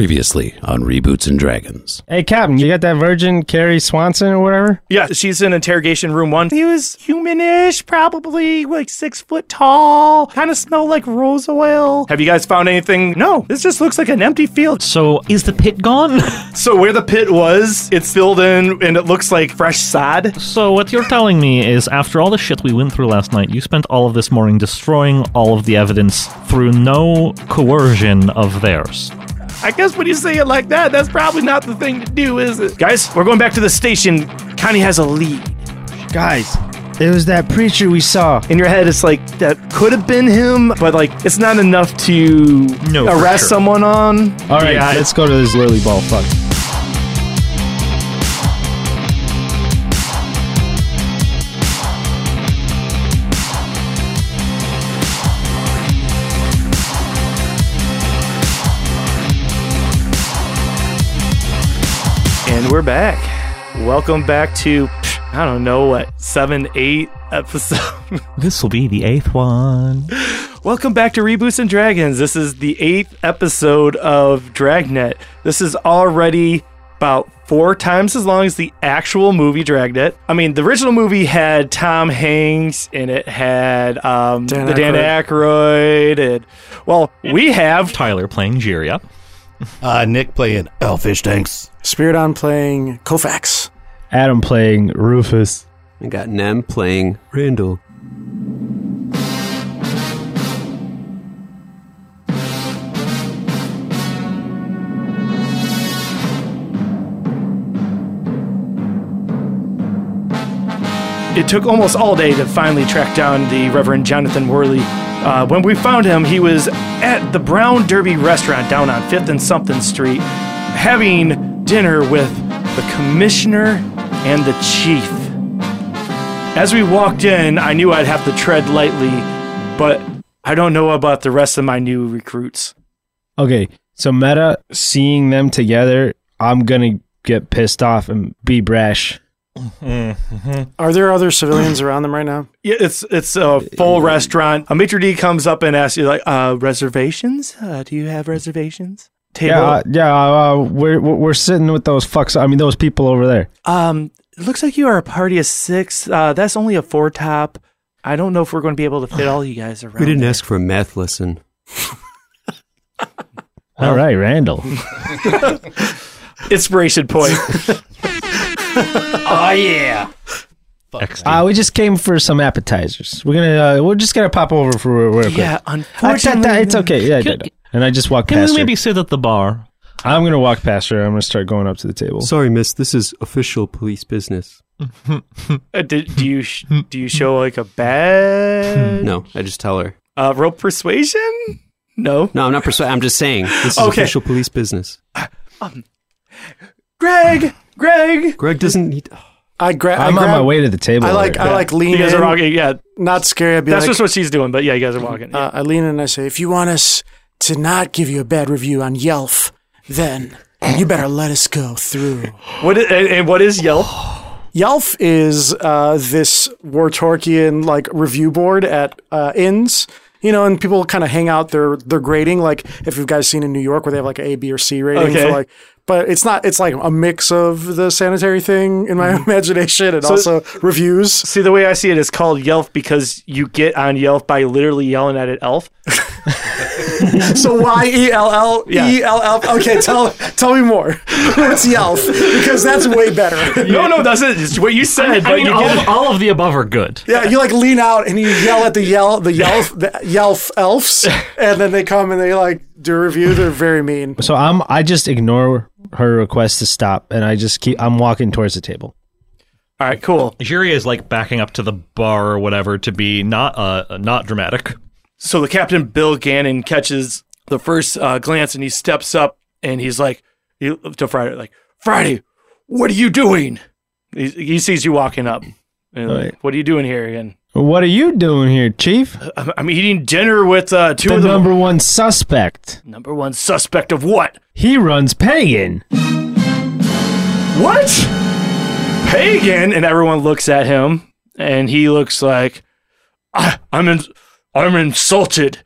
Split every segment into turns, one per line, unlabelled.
Previously on Reboots and Dragons.
Hey, Captain, you got that virgin Carrie Swanson or whatever?
Yeah, she's in interrogation room one. He was humanish, probably like six foot tall, kind of smelled like rose oil. Have you guys found anything? No, this just looks like an empty field.
So is the pit gone?
So where the pit was, it's filled in and it looks like fresh sod.
so what you're telling me is after all the shit we went through last night, you spent all of this morning destroying all of the evidence through no coercion of theirs.
I guess when you say it like that, that's probably not the thing to do, is it? Guys, we're going back to the station. Connie has a lead.
Guys, it was that preacher we saw.
In your head, it's like that could have been him, but like it's not enough to
No, for
arrest
sure.
someone on.
All right,
Yeah, I-
let's go to this lily ball. Fuck.
And we're back. Welcome back to, pff, I don't know what, seven, eight episode.
This will be the eighth one.
Welcome back to Reboots and Dragons. This is the eighth episode of Dragnet. This is already about four times as long as the actual movie Dragnet. I mean, the original movie had Tom Hanks and it had um, the Dan Aykroyd. And, well, we have
Tyler playing Jiria.
Uh, Nick playing Elfish Tanks.
Spiridon playing Kofax.
Adam playing Rufus.
I got Nem playing Randall.
It took almost all day to finally track down the Reverend Jonathan Worley. Uh, when we found him, he was at the Brown Derby restaurant down on 5th and something street having dinner with the commissioner and the chief. As we walked in, I knew I'd have to tread lightly, but I don't know about the rest of my new recruits.
Okay, so Meta, seeing them together, I'm gonna get pissed off and be brash.
Are there other civilians around them right now?
Yeah, it's it's a full restaurant. A maitre d comes up and asks you like, uh, reservations? Uh, do you have reservations? Table
Yeah, uh, yeah, uh, we're we're we're sitting with those fucks. I mean, those people over there.
Um, it looks like you are a party of six. Uh, that's only a four top. I don't know if we're going to be able to fit all you guys around.
We didn't ask for a math lesson.
All right, Randall.
Inspiration point. Oh,
Uh, we just came for some appetizers. We're gonna uh, we're just gonna pop over for real- real quick.
yeah,
Uh, ta- ta-
unfortunately,
it's okay. Yeah, yeah, yeah. and I just walk
Can
past
we
her.
maybe sit at the bar?
I'm gonna walk past her. I'm gonna start going up to the table.
Sorry, miss. This is official police business.
Uh, do, do you sh- do you show like a bad
Hmm. No, I just tell her.
uh, rope persuasion? No,
No, I'm not persuaded. I'm just saying. This is
Okay.
official police business.
Greg. Greg,
Greg doesn't need.
I gra- I
I'm on
grab-
my way to the table.
I like
already.
I like lean
you guys
in.
are walking. Yeah,
Not scary. I'd be
that's
like,
just what she's doing. But yeah, you guys are walking.
uh, I lean in and I say, if you want us to not give you a bad review on Yelp, then you better let us go through.
what is, and, and what is Yelp?
Yelp is uh, this Wartorkian like review board at uh, inns. You know, and people kind of hang out their their grading. Like, if you've guys seen in New York where they have like an A, B, or C rating
Okay.
for like, but it's not. It's like a mix of the sanitary thing in my imagination and also reviews.
See, the way I see it is called Yelp because you get on Yelp by literally yelling at an elf.
So Y E L L E L L. Okay, tell tell me more. What's Yelp? Because that's way better.
No, no, that's it. It's what you said. but you
all,
get
of, all of the above are good.
Yeah, you like lean out and you yell at the yell the yelf the yelf elves, and then they come and they like do a review. They're very mean.
So I'm I just ignore her request to stop and I just keep I'm walking towards the table.
All right, cool.
Jiria is like backing up to the bar or whatever to be not uh not dramatic.
So the captain, Bill Gannon, catches the first uh, glance and he steps up and he's like he, to Friday, like Friday, what are you doing? He, he sees you walking up. And like,
Right.
What are you doing here? And
What are you doing here, Chief?
I'm, I'm eating dinner with uh, two
The
of the
number one suspect.
number one suspect of what?
He runs Pagan.
What? Pagan, and everyone looks at him, and he looks like I, I'm in, I'm insulted.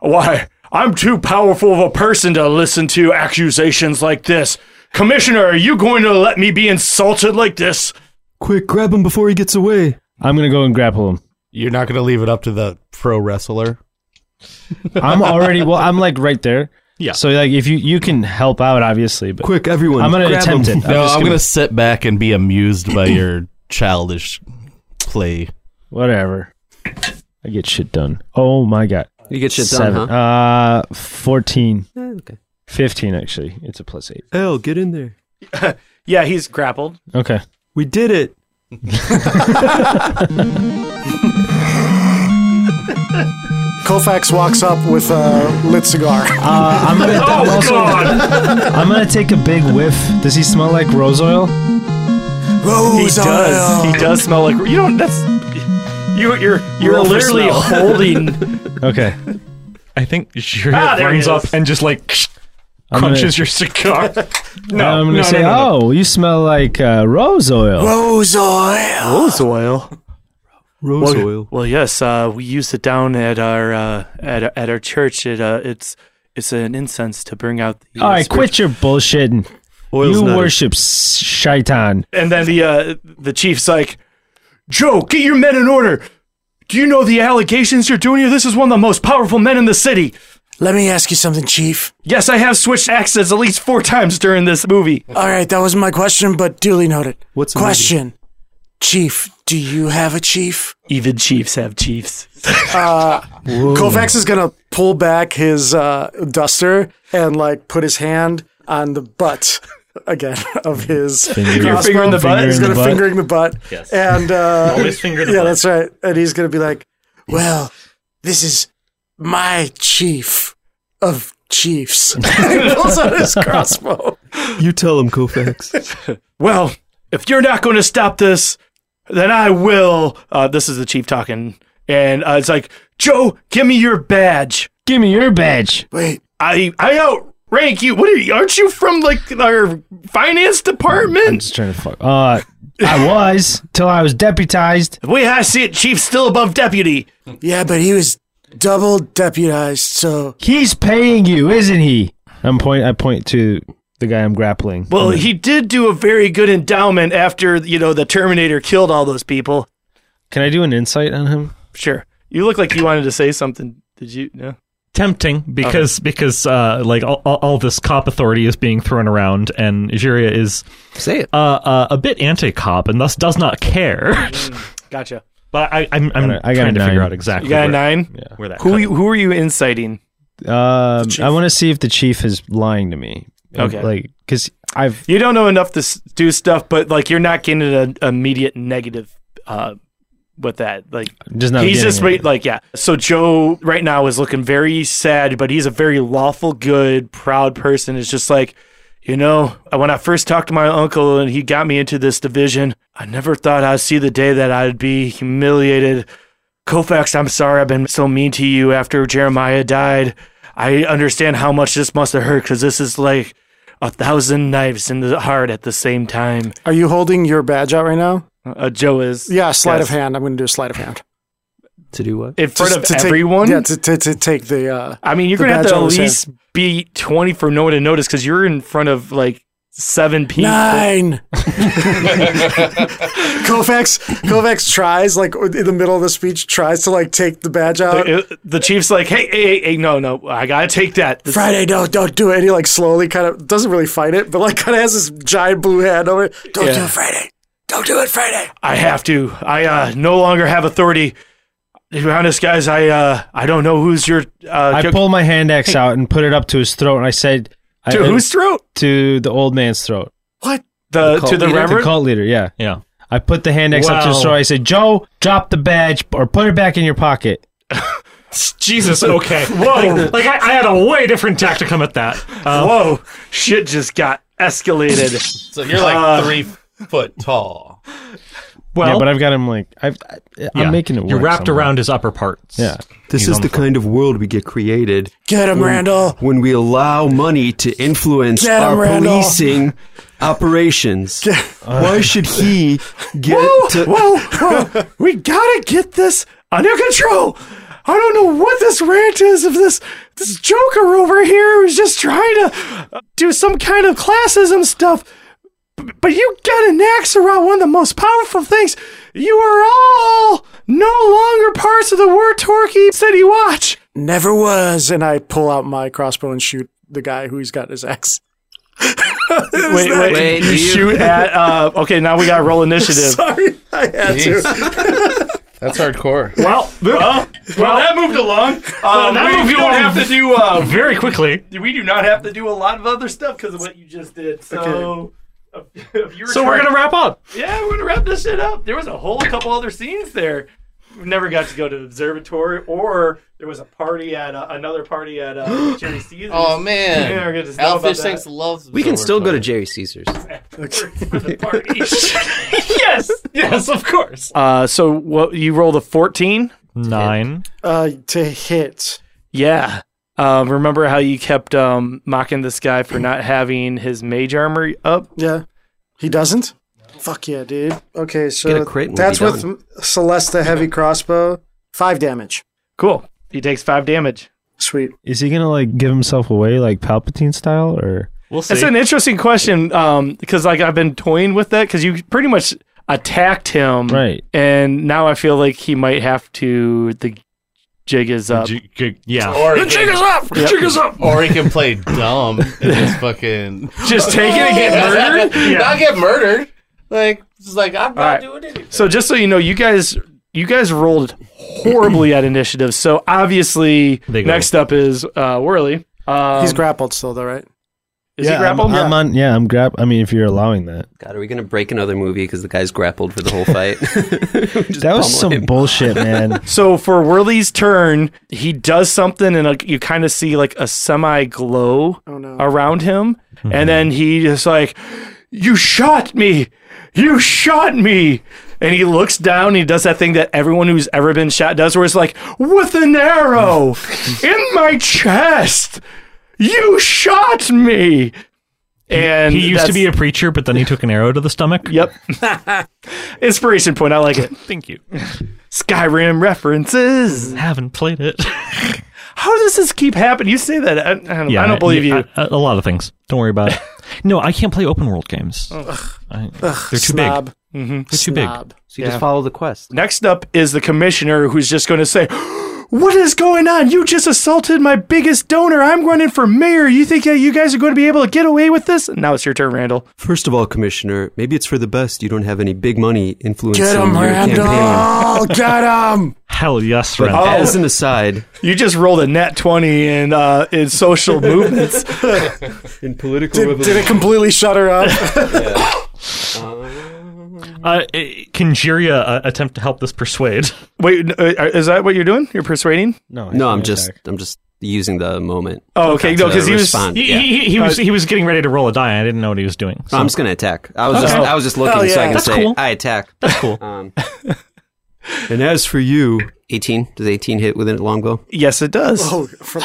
Why? I'm too powerful of a person to listen to accusations like this. Commissioner, are you going to let me be insulted like this?
Quick, grab him before he gets away.
I'm gonna go and grapple him.
You're not going to leave it up to the pro wrestler.
I'm already well. I'm like right there.
Yeah.
So like, if you you can help out, obviously, but
Quick, everyone.
I'm gonna
grab
attempt
him.
it.
No,
just
I'm going to sit back and be amused by your childish play.
whatever. I get shit done. Oh my god.
You get shit
Seven.
done, huh?
Uh, fourteen.
Uh,
okay.
Fifteen actually. It's a plus eight.
L, get in there.
Yeah, he's grappled.
Okay.
We did it.
Kofax walks up with a lit cigar.
Uh, I'm
Oh,
gonna. I'm also- I'm gonna take a big whiff. Does he smell like rose oil?
He does. He does smell like you don't. That's you. You're you're
Love the
literally
smell.
holding.
Okay.
I think Jure
Ah, there
brings
he
up
is.
and just like
I'm gonna-
crunches your cigar.
No, I'm gonna
no,
say,
no, no,
oh, you smell like uh, rose oil.
Rose oil.
Rose oil.
Rose oil.
Well, yes. Uh, we use it down at our uh, at at our church. It uh, it's it's an incense to bring out the. uh,
All right, quit your bullshitting.
Oil's
you
not a-
worship s- shaitan.
And then the uh, the chief's like, Joe, get your men in order. Do you know the allegations you're doing here? This is one of the most powerful men in the city.
Let me ask you something, Chief.
Yes, I have switched accents at least four times during this movie.
All right, that was my question, but duly noted.
What's the
question, Chief? Do you have a chief?
Even chiefs have chiefs.
Kofax is gonna pull back his uh, duster and like put his hand on the butt again of his
Your
finger in the
crossbow.
butt?
He's
Finger in
gonna
the butt.
finger in the butt. Yes. And uh,
Always finger in the
yeah,
butt.
that's right. And he's gonna be like, "Well, this is my chief of chiefs." and he pulls out his crossbow.
You tell him, Kofax.
Well, if you're not going to stop this, then I will. Uh, this is the chief talking. And uh, it's like, Joe, give me your badge.
Give me your badge.
Wait,
I, I outrank you. What are you? Aren't you from like our finance
I'm
department?
just trying to fuck. Uh, I was till I was deputized.
The way I see it, chief's still above deputy.
yeah, but he was double deputized, so
He's paying you, isn't he? I'm point. I point to the guy I'm grappling.
Well, he did do a very good endowment after, you know, the Terminator killed all those people.
Can I do an insight on him? Um,
Sure. You look like you wanted to say something. Did you? No.
tempting because because uh, like all, all, all this cop authority is being thrown around and Jiria is
Say it.
uh, uh, a bit anti-cop and thus does not care.
Gotcha.
but I, I'm, I'm
Got a- I got
trying
a
to figure
nine.
out exactly
You got a
where,
nine?
where that.
Who,
cut-
you- who are you inciting?
Um, I want to see if the chief is lying to me.
Okay.
Like, because I've
You don't know enough to s- do stuff, but like you're not getting an immediate negative uh, with that. Like
just not.
he's
getting
just
it.
re- like yeah. So Joe right now is looking very sad, but he's a very lawful, good, proud person. It's just like. You know, when I first talked to my uncle and he got me into this division, I never thought I'd see the day that I'd be humiliated. Kofax, I'm sorry I've been so mean to you after Jeremiah died. I understand how much this must have hurt because this is like a thousand knives in the heart at the same time.
are you holding your badge out right now?
Uh, Joe is
Yeah, sleight
Yes.
of hand. I'm going to do a sleight of hand
to do what?
in front
Just
of
to take-
everyone.
Yeah, to, to, to take the. Uh,
I mean, you're
the
gonna have
badge
to at
on his hand.
least be 20 for no one to notice because you're in front of like seven people.
Nine. Kovacs Kovacs tries like in the middle of the speech tries to like take the badge out.
The, Uh, the chief's like, hey, hey, hey, hey, no, no, I gotta take that. This-
Friday, no, don't do it. And he like slowly kind of doesn't really fight it, but like kind of has this giant blue hand over. it. Don't do
Yeah.
it, Friday. Don't do it, Friday.
I have to. I uh, no longer have authority. To be honest, guys, I uh, I don't know who's your uh,
I
co-
pulled my hand axe out and put it up to his throat, and I said, I-
to whose throat?
to the old man's throat.
What?
The,
cult
to
leader? The
the
The
reverend.
cult leader, yeah.
Yeah.
I put the hand axe up to his
Wow.
throat. I said, Joe, drop the badge or put it back in your pocket.
Jesus, okay. Whoa. Like, I, I had a way different tacticum at that. Uh,
Whoa, shit just got escalated. Uh,
So you're like
Uh,
three foot tall.
well,
yeah, but I've got him like, I've, I, I'm
yeah.
making it work.
You're wrapped
somehow.
around his upper parts.
Yeah.
This is the kind of world we get created
Get him, Randall.
when we allow money to influence
Get him,
our
Randall.
policing operations. Why should he get to?
whoa, whoa. we gotta get this under control. I don't know what this rant is of this this Joker over here was just trying to uh, do some kind of classism stuff. B- But you got an axe around one of the most powerful things. You are all no longer parts of the War Torquay City Watch.
Never was. And I pull out my crossbow and shoot the guy who's got his axe.
Wait, wait,
Wait,
you
you-
shoot at. Uh, okay, now we got to roll initiative.
Sorry, I had to.
That's hardcore.
Well, well, well, that moved along. Um, we don't have to do. Uh,
Very quickly.
we do not have to do a lot of other stuff because of what you just did. So, if you were
So we're
trying-
gonna wrap up.
yeah, we're gonna wrap this shit up. There was a whole couple other scenes there. We never got to go to the observatory, or there was a party at uh, another party at uh, Jerry Caesar's.
Oh
Um,
Yeah, we're
man,
gonna just know about
Alfish
that.
Tanks loves.
We can still go to Jerry Caesar's.
for the party.
Yes. Yes, of course.
uh, so what you roll the fourteen?
Nine.
Uh, to hit.
Yeah. Um, remember how you kept um, mocking this guy for not having his mage armor up?
Yeah. He doesn't? Fuck yeah, dude. Okay,
Get a
so
crit and we'll
that's
be
with Celeste the heavy crossbow. Five damage.
Cool. He takes five damage.
Sweet.
Is he gonna like give himself away like Palpatine style or?
We'll see.
It's an interesting question um, because like I've been toying with that because you pretty much attacked him,
Right.
And now I feel like he might have to. The jig is up.
G- g- yeah.
Or the jig is up. The jig is up. Or he can play dumb and just fucking
Just take it and get murdered.
Not get murdered. Like just like I'm not
right.
doing anything.
So just so you know, you guys, you guys rolled horribly at initiative. So obviously,
They go.
next up is uh, Whirly. Um,
He's grappled still, though, right?
Is
yeah,
he grappled?
I'm, I'm on. Yeah, I'm grab. I mean, if you're allowing that,
God, are we gonna break another movie because the guy's grappled for the whole fight? Just
that was
pummel
some
him.
bullshit, man.
So for Whirly's turn, he does something, and like you kind of see like a semi glow
Oh, no.
around him,
Mm-hmm.
and then he just like, "You shot me! You shot me!" And he looks down. And he does that thing that everyone who's ever been shot does, where it's like, "With an arrow in my chest, you shot me!" And
He used to
that's-
be a preacher, but then he took an arrow to the stomach.
Yep. Inspiration point. I like it.
Thank you.
Skyrim references.
Haven't played it.
How does this keep happening? You say that. I, I don't, I don't believe you.
A, a lot of things. Don't worry about it. No, I can't play open world games. I- they're too
Snob.
big. They're too big.
Snob.
So you just follow the quest.
Next up is the commissioner who's just going to say, What is going on? You just assaulted my biggest donor. I'm running for mayor. You think that you guys are going to be able to get away with this? Now it's your turn, Randall.
First of all, Commissioner, maybe it's for the best you don't have any big money influencing
Get him,
your campaign.
Randall! Get him!
Hell yes,
But
Ren.
as an aside,
You just rolled a net 20 in, uh, in social movements.
in political
Did, did it completely shut her up?
Uh, eh, can Jiria uh, attempt to help this persuade?
Wait, n- uh, is that what you're doing? You're persuading?
No,
No, I'm just I'm just using the moment.
Oh, okay. No,
to
because he was.
respond.
He,
Yeah.
he, he, was he was getting ready to roll a die. and I didn't know what he was doing. So
I'm just gonna attack. I was just I was just looking
Hell
so
yeah.
I can
That's
say
cool.
I attack.
that's cool.
Um,
And as for you,
18. Does 18 hit with a longbow?
Yes, it does.
oh, from-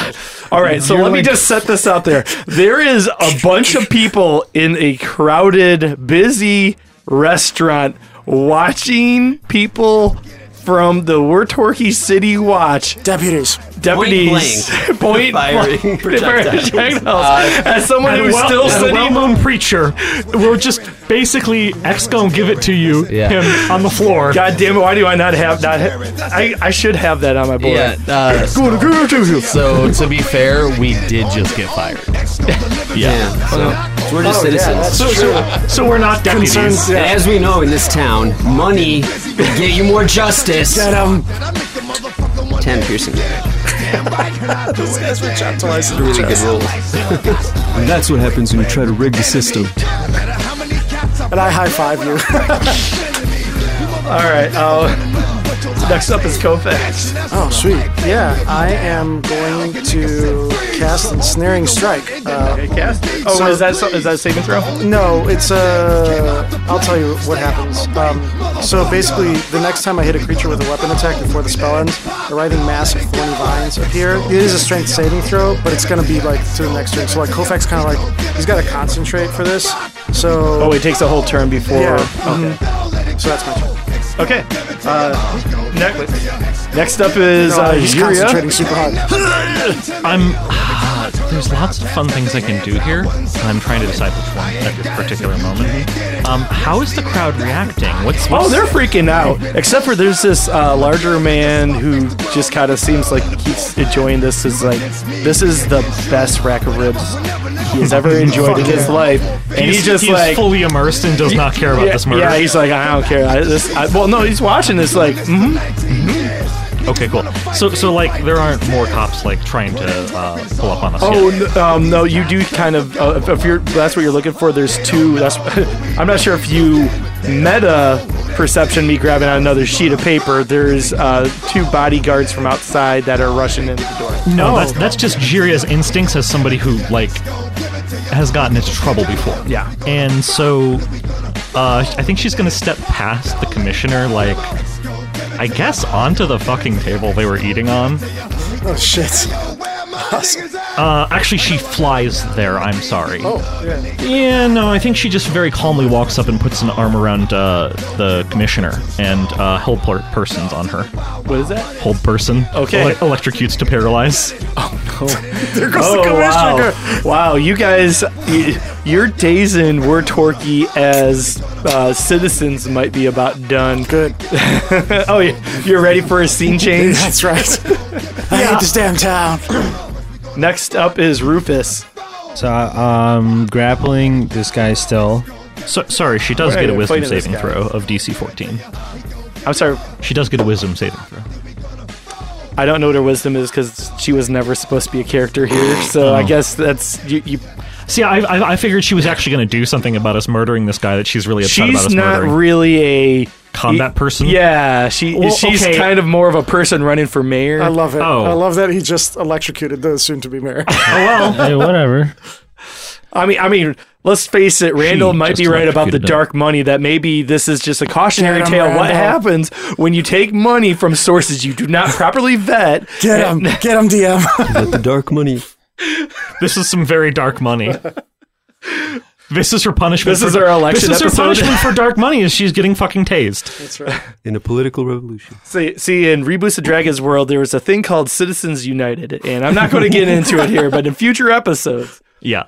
All right, so let me just set this out there. There is a bunch of people in a crowded, busy restaurant watching people from the Wertorkey City Watch
deputies.
deputies
blank.
point
Firing
blank
projectiles.
As someone who's
Well-
still
as a
sitting
well-known preacher will just basically X gonna give it to you him on the floor.
God damn it! Why do I not have not? ha- I I should have that on my board.
Yeah. Uh, so to be fair, we did just get fired.
Yeah. So
Oh,
we're just citizens.
So, so, so we're not deputies.
Concerns.
and
Yeah.
as we know in this town, money will get you more justice.
Get him!
10 piercing.
Those guys were tantalizing.
Really good roll.
and that's what happens when you try to rig the system.
And I high five you.
All right. Uh, next up is Kofax.
Oh, sweet. Yeah, I am going to cast Ensnaring Strike. Uh,
Okay, cast. Oh,
So-
is that so- is that a saving throw?
No, it's Uh, I'll tell you what happens. Um, so basically, the next time I hit a creature with a weapon attack before the spell ends, a writhing mass of thorny vines appear. It is a strength saving throw, but it's going to be like to the next turn. So like Kofax kind of like he's got to concentrate for this. So
Oh, it takes a whole turn before.
yeah, mhm. so that's my turn.
Okay. Uh, next, next up is uh,
Oh, he's
Yuria.
concentrating super hard.
I'm. there's lots of fun things I can do here. and I'm trying to decide which one at this particular moment. Um, how is the crowd reacting? What's, what's
Oh, they're freaking out. Except for there's this uh, larger man who just kind of seems like he's enjoying this. Is like this is the best rack of ribs he has ever enjoyed in his life, and
he's,
he's just
he's
like.
fully immersed and does not care about
yeah,
this murder.
yeah, he's like, I don't care. I, this, I, well, no, he's watching this like, mm-hmm.
okay, cool. So, so like there aren't more cops like trying to uh, pull up on us.
oh,
yet.
n- um, no, you do kind of. Uh, if- if you're, that's what you're looking for. There's two. That's. I'm not sure if you meta perception me grabbing on another sheet of paper. There's uh, two bodyguards from outside that are rushing into the door. Oh,
no, that's that's just Jiria's instincts as somebody who like has gotten into trouble before.
Yeah.
and so uh, I think she's gonna step past the commissioner, like I guess onto the fucking table they were eating on.
Oh shit!
Uh, actually, she flies there. I'm sorry. Oh, yeah. no, I think she just very calmly walks up and puts an arm around uh, the commissioner and uh, hold per- persons on her.
What is that?
Hold person.
Okay.
Ele- electrocutes to paralyze.
There goes the
Oh,
commissioner.
wow. wow, you guys, y- your days in War Torquay as uh, citizens might be about done. Good. oh, yeah, you're ready for a scene change?
That's right. I hate this damn town.
Next up is Rufus.
So um, grappling this guy still.
So, sorry, she does
Right,
get a
I'm
wisdom
fighting this guy.
saving throw of DC 14.
I'm sorry,
She does get a wisdom saving throw.
I don't know what her wisdom is because she was never supposed to be a character here, so I guess that's. You, you,
See, I, I, I figured she was actually going to do something about us murdering this guy that she's really upset about
she's
us
not
murdering.
really a.
Combat person?
Yeah, she
Well,
she's
okay.
kind of more of a person running for mayor.
I love it.
Oh.
I love that he just electrocuted the soon-to-be mayor.
Hey, whatever.
I mean, I mean, let's face it. Randall might
just
be right about the
electrocuted him.
dark money. That maybe this is just a cautionary
Get him,
tale. What
Randall.
happens when you take money from sources you do not properly vet?
Get him! Get him, DM.
Let the dark money.
This is some very dark money. This is her punishment.
This is
for,
our election
This is her
episode.
punishment for dark money. Is she's getting fucking tased?
In a political revolution.
See, see, in Reboots of Dragons world, there was a thing called Citizens United, and I'm not going to get into it here. But in future episodes,
Yeah.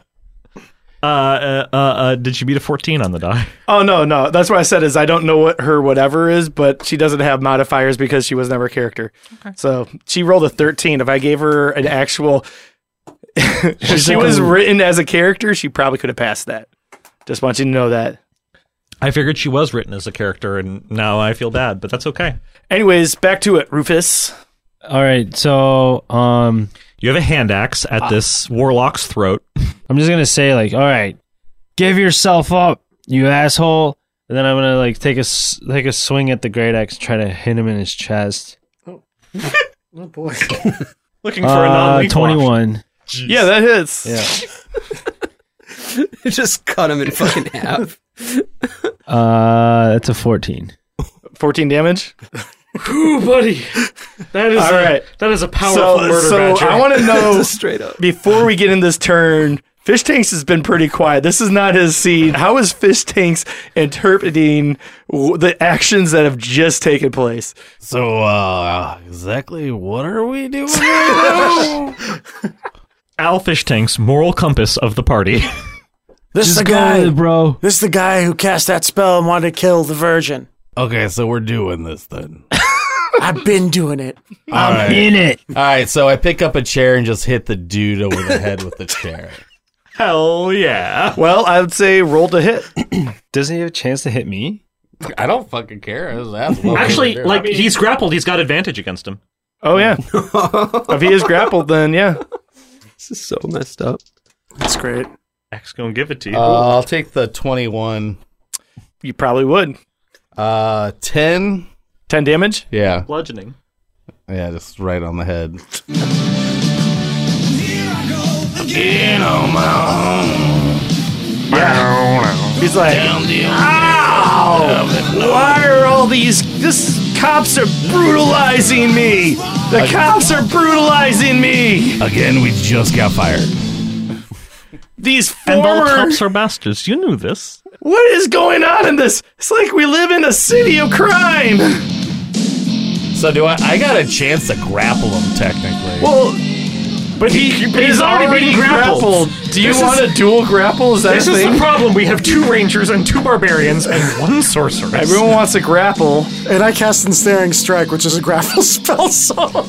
Uh, uh, uh, uh, did you beat a fourteen on the die?
oh no, no, that's what I said is I don't know what her whatever is, but she doesn't have modifiers because she was never a character. So she rolled a 13. If I gave her an actual, if she was written as a character, she probably could have passed that. Just want you to know that.
I figured she was written as a character, and now I feel bad, but that's okay.
Anyways, back to it, Rufus.
All right, so um,
You have a hand axe at
Ah.
this warlock's throat.
I'm just gonna say like, all right, give yourself up, you asshole. And then I'm gonna like take a s- take a swing at the great axe, try to hit him in his chest.
Oh,
Looking for a
Uh,
non-lethal. option.
21.
Yeah, that hits.
Yeah.
Just cut him in fucking half.
Uh, that's a 14.
14 damage.
Ooh, buddy, that is
All
a,
right.
That is a powerful
So,
murder
so
badger.
I want to know
Just straight up.
before we get in this turn. Fish Tanks has been pretty quiet. This is not his scene. How is Fish Tanks interpreting w- the actions that have just taken place?
So, uh, exactly what are we doing right now?
Al Fish Tank's moral compass of the party.
This is
Just
the
go
guy.
with it, bro.
This is the guy who cast that spell and wanted to kill the virgin.
okay, so we're doing this then.
I've been doing it.
All right.
In it.
All right, so I pick up a chair and just hit the dude over the head with the chair.
Hell yeah!
Well, I would say roll to hit.
Doesn't he have a chance to hit me?
I don't fucking care. That's- that's what
Actually,
we're doing.
like he's grappled, he's got advantage against him.
Oh yeah. if he is grappled, then yeah.
This is so messed up.
That's great.
X gonna give it to you.
Uh, I'll take the 21.
You probably would.
Uh, 10?
Ten damage.
Yeah.
Bludgeoning.
Yeah, just right on the head.
He's like, ow! Why are all these? This cops are brutalizing me. The cops are brutalizing me.
Again, we just got fired.
These
And all
former.
cops are bastards. You knew this.
What is going on in this? It's like we live in a city of crime.
So do I? I got a chance to grapple him technically.
Well, but he, he's already, been grappled.
Do you
This
want
is-
a dual grapple? Is that
This
a
is
thing?
the problem. We have two rangers and two barbarians and one sorceress.
Everyone wants to grapple.
And I cast Ensnaring Strike, which is a grapple spell, so.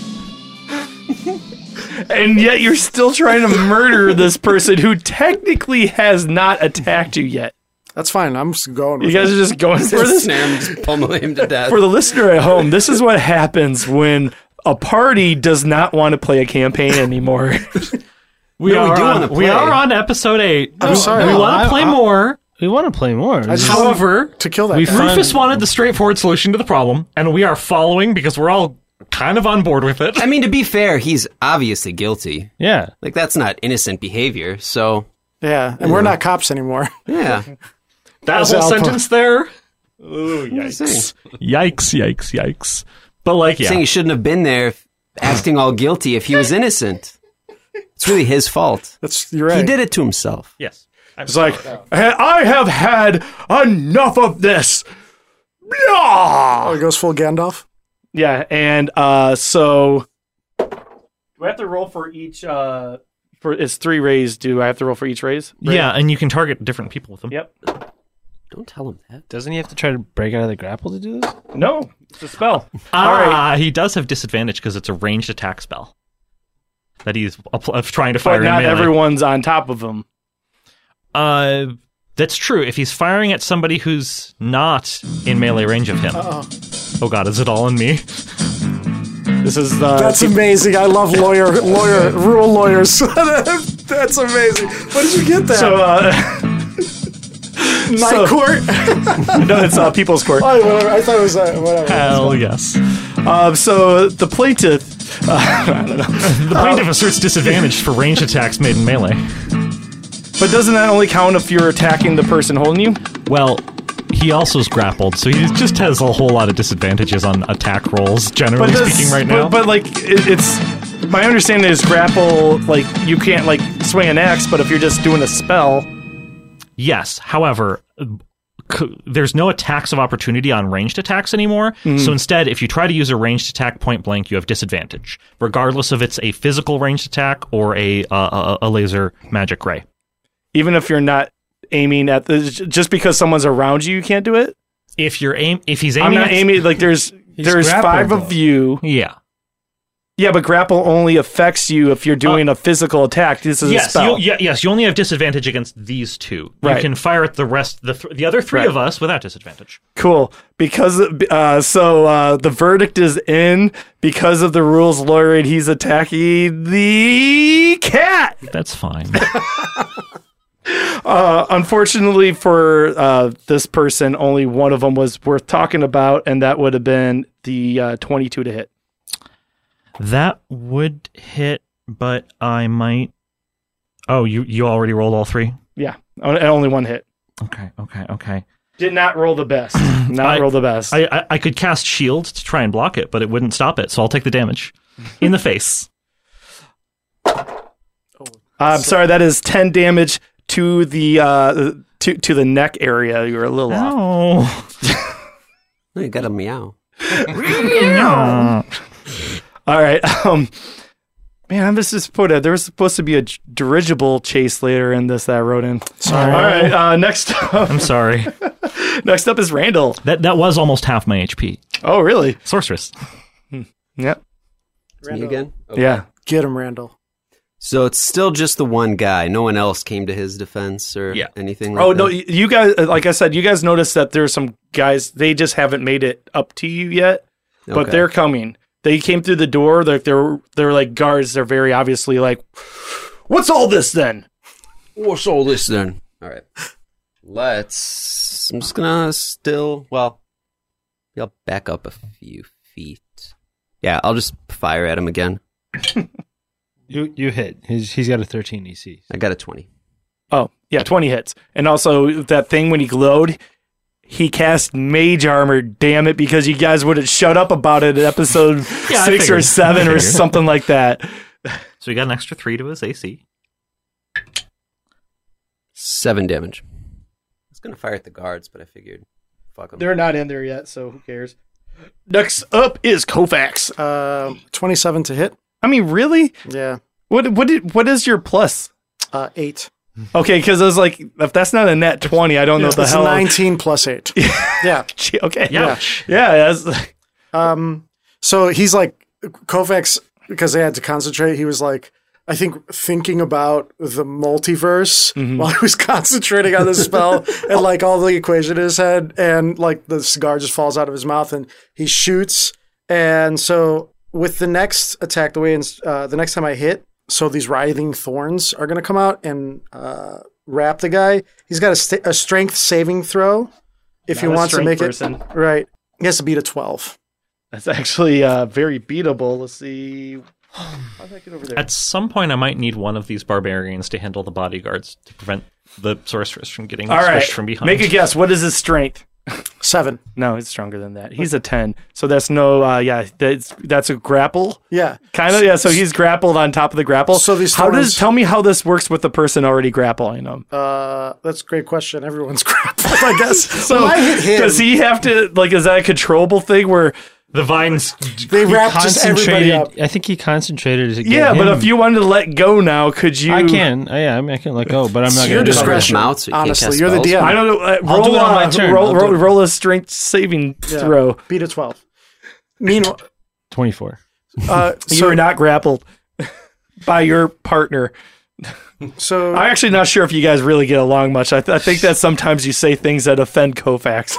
And yet you're still trying to murder this person who technically has not attacked you yet.
That's fine. I'm just going.
You
with
guys
it.
are just going for this.
Sam just pummeling him to death.
For the listener at home, this is what happens when a party does not want to play a campaign anymore.
We,
No, we
are,
do wanna
on, we
play.
are on episode eight.
I'm sorry.
We
No,
want
I-
to play
I-
more.
We want to play more.
I just want
However,
to kill that
We
guy.
found-
Rufus wanted the straightforward solution to the problem, and we are following because we're all kind of on board with it.
I mean, to be fair, he's obviously guilty.
yeah.
Like that's not innocent behavior. So
yeah, and we're not cops anymore.
yeah,
That
That's
whole
Alpha.
sentence there.
yikes.
Yikes, yikes, yikes. But like, yeah.
saying he shouldn't have been there, f- acting all guilty if he was innocent. It's really his fault.
That's you're right.
He did it to himself.
yes. I'm
It's like, I have had enough of this.
Oh, he goes full Gandalf.
Yeah, and uh, so do I have to roll for each? Uh, for it's three rays. Do I have to roll for each raise?
Yeah, and you can target different people with them.
Yep.
Don't tell him that.
Doesn't he have to try to break out of the grapple to do this?
No, it's a spell.
Ah,
All right.
he does have disadvantage because it's a ranged attack spell that he's apl- of trying to fire.
But
in
not
melee.
everyone's on top of him.
Uh, that's true. If he's firing at somebody who's not in melee range of him. Oh god, is it all in me?
This is uh, the.
That's amazing. I love lawyer, lawyer, rule lawyers. That's amazing. Where did you get that?
so. Uh,
Night
so-
court.
no, it's uh, people's court.
Oh, whatever. I thought it was uh,
Oh,
whatever.
Hell yes.
Uh, so the plaintiff.
The plaintiff asserts disadvantage for ranged attacks made in melee.
But doesn't that only count if you're attacking the person holding you?
Well, he also is grappled, so he just has a whole lot of disadvantages on attack rolls, generally
does-
speaking, right
but-
now.
But, like, it, it's my understanding is grapple. Like, you can't like swing an axe, but if you're just doing a spell,
Yes. However, c- there's no attacks of opportunity on ranged attacks anymore.
Mm-hmm.
So instead, if you try to use a ranged attack point blank, you have disadvantage, regardless of it's a physical ranged attack or a uh, a, a laser magic ray.
even if you're not aiming at the, j- just because someone's around you, you can't do it.
If you're aim, if he's aiming,
I'm not
at-
aiming. Like, there's there's five
grappled,
of
though.
you.
Yeah.
Yeah, but grapple only affects you if you're doing a physical attack. This is a
Uh, Yes.
spell.
You, yeah, yes. You only have disadvantage against these two.
Right.
You can fire at the rest, the th- the other three of us without disadvantage.
Cool. Because uh, so uh, the verdict is in because of the rules, lawyer, and he's attacking the cat.
That's fine.
Uh, unfortunately for uh, this person, only one of them was worth talking about, and that would have been the uh, 22 to hit.
that would hit, but I might. Oh, you you already rolled all three.
Yeah, on- and only one hit.
Okay, okay, okay.
Did not roll the best. Not
I-
roll the best. Uh,
I, I I could cast shield to try and block it, but it wouldn't stop it, so I'll take the damage in the face.
I'm sorry. That is 10 damage to the uh, to to the neck area. You were a little off.
Oh
No, you got a meow.
no!
All right. Um, man, I'm just disappointed. There was supposed to be a j- dirigible chase later in this that I wrote in. Sorry. All right. Uh, next up,
I'm sorry.
next up is Randall.
That that was almost half my HP.
Oh, really?
Sorceress.
Yep.
It's me again.
Yeah.
Get him, Randall.
So it's still just the one guy. No one else came to his defense or
Yeah.
anything. Like
Oh
that.
no, y- you guys. Like I said, you guys noticed that there's some guys. They just haven't made it up to you yet, but
Okay.
they're coming. They came through the door. They're they're they're like guards. They're very obviously like, what's all this then?
What's all this then? All right. Let's. I'm just gonna still. Well, maybe I'll back up a few feet. Yeah, I'll just fire at him again.
You you hit. He's he's got a E 13 EC.
I got a 20.
Oh yeah, twenty hits. And also that thing when he glowed, he cast mage armor. Damn it, because you guys wouldn't shut up about it in episode
Yeah, I
six or
figured.
seven
I
or
figured.
something like that.
So he got an extra three to his AC.
Seven damage. was gonna fire at the guards, but I figured, fuck them.
They're not in there yet, so who cares? Next up is Kofax. Uh,
27 to hit.
I mean, really?
Yeah.
What what did, what is your plus?
Uh, eight.
Okay, because I was like, if that's not a net twenty, I don't know what the
it's
hell.
19 plus eight. yeah.
Gee, okay.
Yeah.
Yeah. that's-
Um, so he's like Kovacs because they had to concentrate. He was like, I think thinking about the multiverse
Mm-hmm.
while he was concentrating on the spell and like all the equation in his head, and like the cigar just falls out of his mouth and he shoots. And so with the next attack, the way it's- uh, the next time I hit, so these writhing thorns are going to come out and uh, wrap the guy. He's got a, st- a strength saving throw if
Not
he
a
wants to
strength
make
person.
it right. He has to beat a twelve.
That's actually uh, very beatable. Let's see. How'd I get over there?
At some point, I might need one of these barbarians to handle the bodyguards to prevent the sorceress from getting
All right.
squished from behind.
Make a guess. What is his strength?
Seven.
No, it's stronger than that. He's a ten. So that's no. Uh, yeah, that's that's a grapple.
Yeah.
Kind of. Yeah. So he's grappled on top of the grapple.
So these
How does
thorns-
tell me how this works with the person already grappling him?
Uh, that's a great question. Everyone's grappled, I guess.
So
When I hit him,
does he have to like? Is that a controllable thing where
the vines?
They
He
wrapped just everybody up.
I think he concentrated. To get
Yeah, but
him.
if you wanted to let go now, could you?
I can. I, yeah, I, mean, I can let go, but I'm
It's
not.
your
gonna do it.
discretion,
Mouth, so you can't honestly. cast
You're the DM. I don't know. Uh,
I'll
roll,
do it on my
a-
turn.
Roll,
I'll do
roll,
it.
roll a strength saving
Yeah.
throw.
beat a twelve. Meanwhile,
Twenty-four.
uh,
you were not grappled by your partner.
So
I'm actually not sure if you guys really get along much. I, th- I think that sometimes you say things that offend Kofax.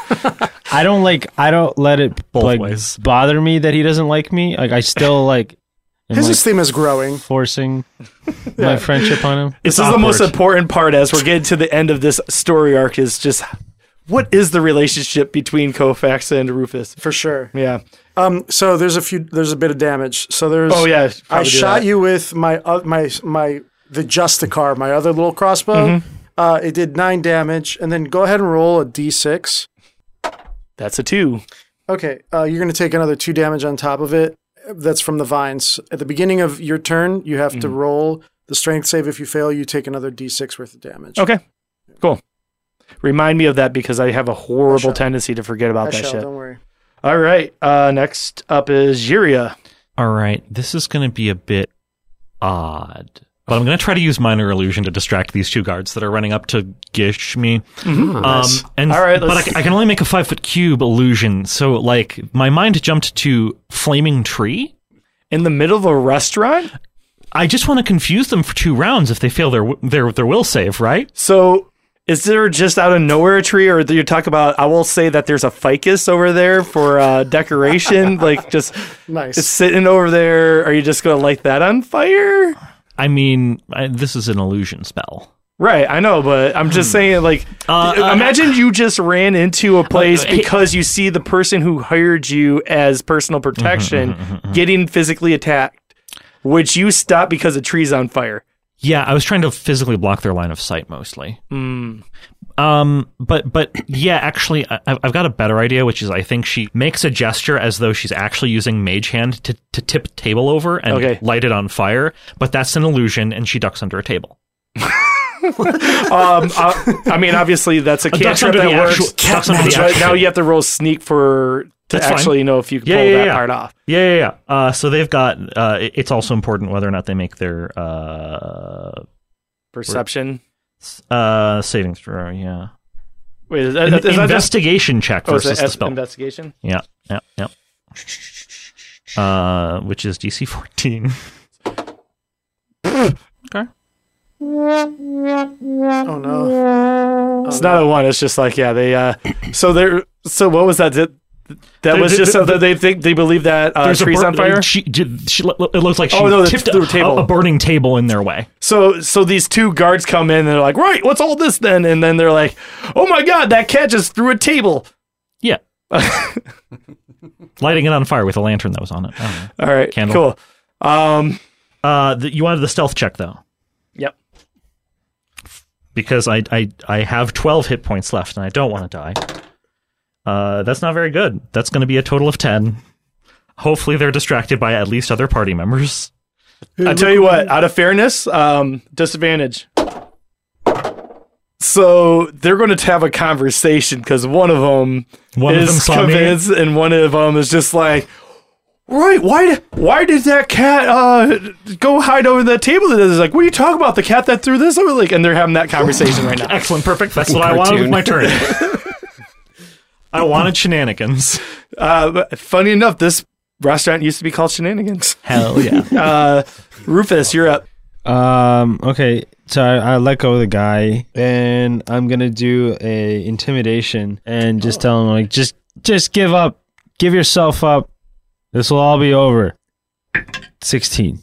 I don't like. I don't let it like bother me that he doesn't like me. Like I still like. am,
his
like,
esteem is growing.
forcing
Yeah.
my friendship on him.
this is the most important part as we're getting to the end of this story arc. Is just what is the relationship between Kofax and Rufus?
For sure.
Yeah.
Um, so there's a few. There's a bit of damage. So there's.
Oh, yeah,
I
probably do
shot
that.
you with my uh, my my the Justicar, my other little crossbow.
Mhm.
Uh, it did nine damage, and then go ahead and roll a d6.
That's a two.
Okay, uh, you're going to take another two damage on top of it. That's from the vines. At the beginning of your turn, you have to
Mhm.
roll the strength save. If you fail, you take another d6 worth of damage.
Okay. Cool. Remind me of that because I have a horrible tendency to forget about
I
that
shall,
shit.
Don't worry.
All right. Uh, next up is Jiria.
All right, this is going to be a bit odd, but I'm going to try to use minor illusion to distract these two guards that are running up to gish me. Um,
Mhm. Nice.
And
All right,
but I,
let's-
c- I can only make a five foot cube illusion, so like my mind jumped to flaming tree
in the middle of a restaurant.
I just want to confuse them for two rounds if they fail their w- their their will save, right?
So, is there just out of nowhere a tree, or do you talk about? I will say that there's a ficus over there for uh, decoration, like just
Nice.
it's sitting over there. Are you just gonna light that on fire?
I mean, I, this is an illusion spell.
Right, I know, but I'm just saying, like, imagine you just ran into a place
hey-
because you see the person who hired you as personal protection getting physically attacked. Would you stop because a tree's on fire?
Yeah, I was trying to physically block their line of sight mostly.
Mm.
Um, but but yeah, actually, I, I've I've got a better idea, which is I think she makes a gesture as though she's actually using mage hand to to tip table over and
Okay.
light it on fire, but that's an illusion, and she ducks under a table.
Um, I, I mean, obviously that's a
Ducks
cantrip
under
that
the actual-
works.
ducks under the
But now
action.
you have to roll sneak for to
That's fine.
actually know if you can
Yeah,
pull
yeah,
that
yeah.
part off.
Yeah, yeah, yeah. Uh, so they've got. Uh, it- it's also important whether or not they make their uh,
Perception.
uh, saving throw. Yeah,
Wait, is
An
that, is that just-
investigation check
Oh, is
versus
that
the
S-
spell.
Investigation.
Yeah, yeah, yeah. Uh, which is DC fourteen. okay.
Oh no.
It's not a one. It's just like yeah, they. Uh, so they're. So what was that? That, that
The-
was
the-
just so
the-
that they think they believe that uh,
There's a
trees
bur-
on fire.
She, did- she- it looks like she
Oh, no, that's
tipped
through
a,
a table.
a burning table in their way.
So so these two guards come in and they're like, right, what's all this then? And then they're like, oh my god, that cat just threw a table.
Yeah. Lighting it on fire with a lantern that was on it. I don't know.
All right,
Candle.
cool. Um,
uh, the, you wanted the stealth check though,
Yep.
because I I I have twelve hit points left and I don't want to die. Uh, that's not very good. That's going to be a total of ten. Hopefully, they're distracted by at least other party members.
I tell you what, out of fairness, um, disadvantage. So they're going to have a conversation because one of them
One of
is
them saw me.
convinced, and one of them is just like, "Right? Why? d- Why did that cat uh, go hide over that table?" That is like, "What are you talking about? The cat that threw this over?" Like, and they're having that conversation right now.
Excellent, perfect. That's what I wanted with my turn. I wanted shenanigans.
Uh, but funny enough, this restaurant used to be called Shenanigans.
Hell yeah.
uh, Rufus, you're up.
Um. Okay. So I, I let go of the guy, and I'm gonna do a intimidation and just tell him like, just just give up, give yourself up. This will all be over. Sixteen.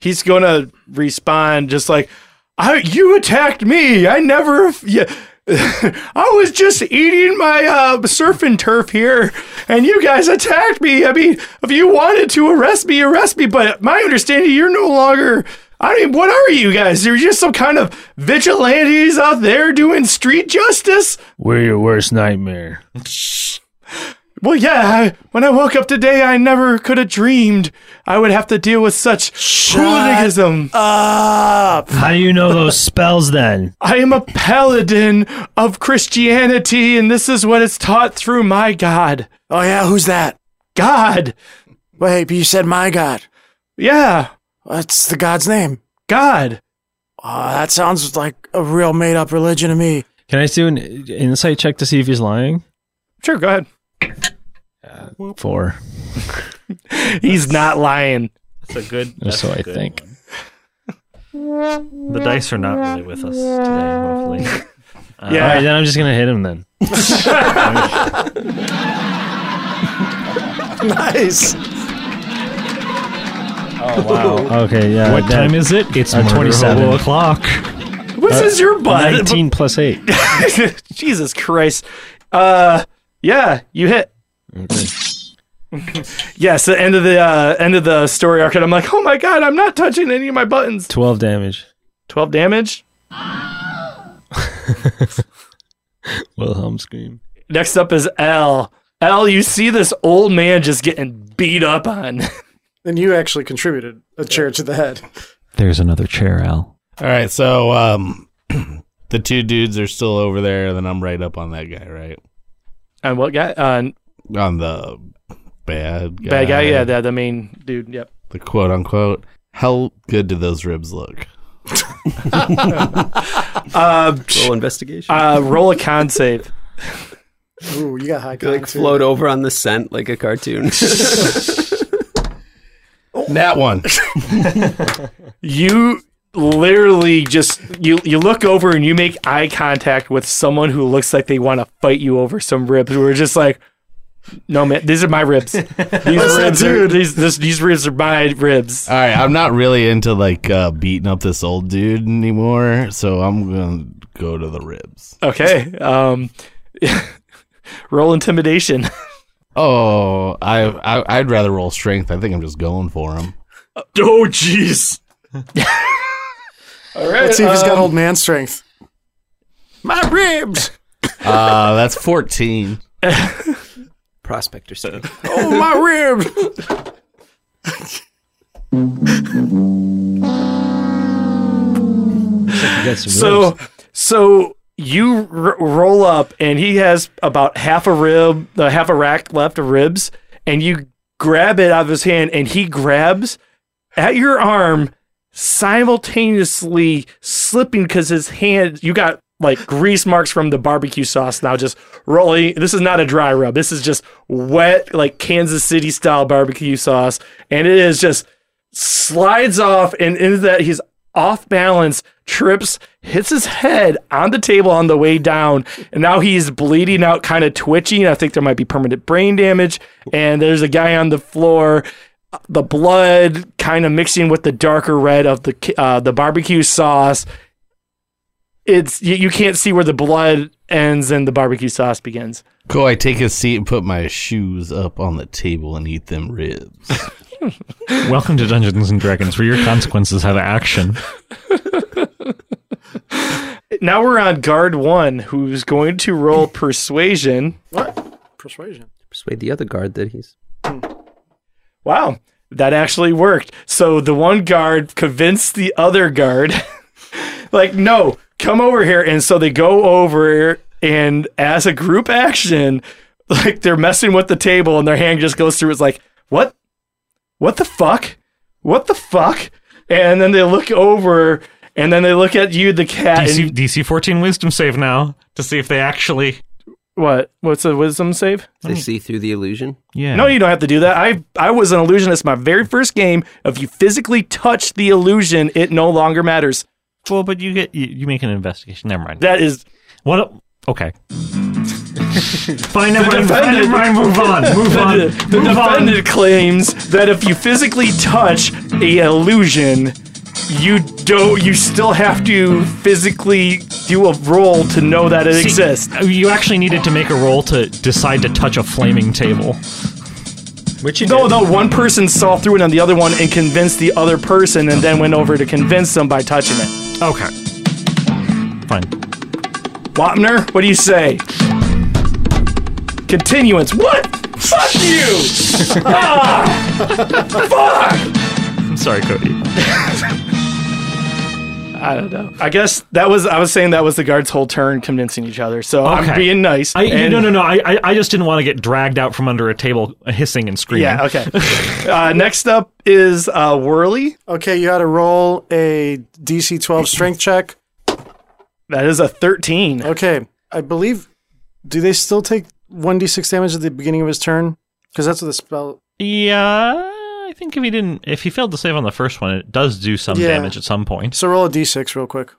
He's going to respond just like, I, "You attacked me. I never. Yeah, I was just eating my uh, surf and turf here, and you guys attacked me. I mean, if you wanted to arrest me, arrest me. But my understanding, you're no longer." I mean, what are you guys? You're just some kind of vigilantes out there doing street justice?
We're your worst nightmare.
Well, yeah, I, when I woke up today, I never could have dreamed I would have to deal with such hooliganism. Up.
How do you know those spells then?
I am a paladin of Christianity, and this is what is taught through my God.
Oh, yeah, who's that?
God.
Wait, but you said my God.
Yeah.
What's the God's name?
God.
Oh, that sounds like a real made up religion to me.
Can I do an insight check to see if he's lying?
Sure, go ahead.
Four.
He's not lying.
That's a good.
Or
That's
so
a
I
good
think.
one. The dice are not really with us today, hopefully. Uh,
yeah. All right, then I'm just gonna hit him then.
nice.
Oh, wow.
Okay. Yeah.
What time is it? It's
uh,
murder
27
hobo o'clock.
This is your
Uh,
butt.
19 plus eight.
Jesus Christ. Uh, yeah, you hit. yes, the end of the uh, end of the story arc, and I'm like, oh my god, I'm not touching any of my buttons.
12 damage.
Twelve damage.
Wilhelm scream.
Next up is L. L, you see this old man just getting beat up on.
Then you actually contributed a chair to the head.
There's another chair, Al.
All right, so um, the two dudes are still over there. Then I'm right up on that guy, right?
On what guy? On
on the bad guy.
Bad guy, yeah, the, the main dude. Yep.
The quote unquote. How good do those ribs look?
Uh,
Roll investigation.
Uh, roll a con save.
Ooh, you got high
You, like float over on the scent like a cartoon.
That one.
You literally just you you look over and you make eye contact with someone who looks like they want to fight you over some ribs. We're just like, no man, these are my ribs. These ribs are these this, these ribs are my ribs.
All right, I'm not really into like uh, beating up this old dude anymore, so I'm gonna go to the ribs.
Okay. Um, roll intimidation.
Oh, I, I I'd rather roll strength. I think I'm just going for him.
Oh jeez. All right.
Let's see if he's got
um,
old man strength. My ribs.
Uh, that's 14.
Prospector stuff.
Oh, my ribs.
so so you r- roll up and he has about half a rib uh, half a rack left of ribs and you grab it out of his hand and he grabs at your arm simultaneously slipping because his hand you got like grease marks from the barbecue sauce now just rolling this is not a dry rub this is just wet like kansas city style barbecue sauce and it is just slides off and into that he's off balance, trips, hits his head on the table on the way down, and now he's bleeding out, kind of twitching. I think there might be permanent brain damage. And there's a guy on the floor, the blood kind of mixing with the darker red of the ki- uh, the barbecue sauce. It's you, you can't see where the blood ends and the barbecue sauce begins.
Go, I take a seat and put my shoes up on the table and eat them ribs.
Welcome to Dungeons and Dragons, where your consequences have action.
Now we're on guard one, who's going to roll persuasion.
Persuasion.
Persuade the other guard that he's.
Hmm. Wow, that actually worked. So the one guard convinced the other guard, like, no, come over here. And so they go over and as a group action, like they're messing with the table and their hand just goes through. It's like, what? What the fuck? What the fuck? And then they look over and then they look at you, the cat.
DC,
Uh, and,
DC 14 wisdom save now to see if they actually.
what? What's the wisdom save?
They see through the illusion.
Yeah.
No, you don't have to do that. I I was an illusionist my very first game. If you physically touch the illusion, it no longer matters.
Well, but you get you, you make an investigation. Never mind.
That is
what. a- Okay.
The
Fine, never mind.
defendant-
Never mind. Move on. Move
the,
on.
The
move
defendant
on.
claims that if you physically touch a illusion, you don't. You still have to physically do a roll to know that it
See, uh,
exists.
You actually needed to make a roll to decide to touch a flaming table.
Which you no, no. One person saw through it on the other one and convinced the other person, and then went over to convince them by touching it.
Okay. Fine.
Wapner, what do you say? Continuance. What? Fuck you! ah, fuck!
I'm sorry, Cody.
I don't know. I guess that was. I was saying that was the guards' whole turn convincing each other. So I'm being nice.
I,
and-
no, no, no. I, I, I just didn't want to get dragged out from under a table, uh, hissing and screaming.
Yeah. Okay. uh, next up is uh, Whirly.
Okay, you had to roll a DC 12 strength check.
That is a 13.
Okay, I believe. Do they still take 1d6 damage at the beginning of his turn? Because that's what the spell.
Yeah, I think if he didn't, if he failed to save on the first one, it does do some
Yeah.
damage at some point.
So roll a d6 real quick.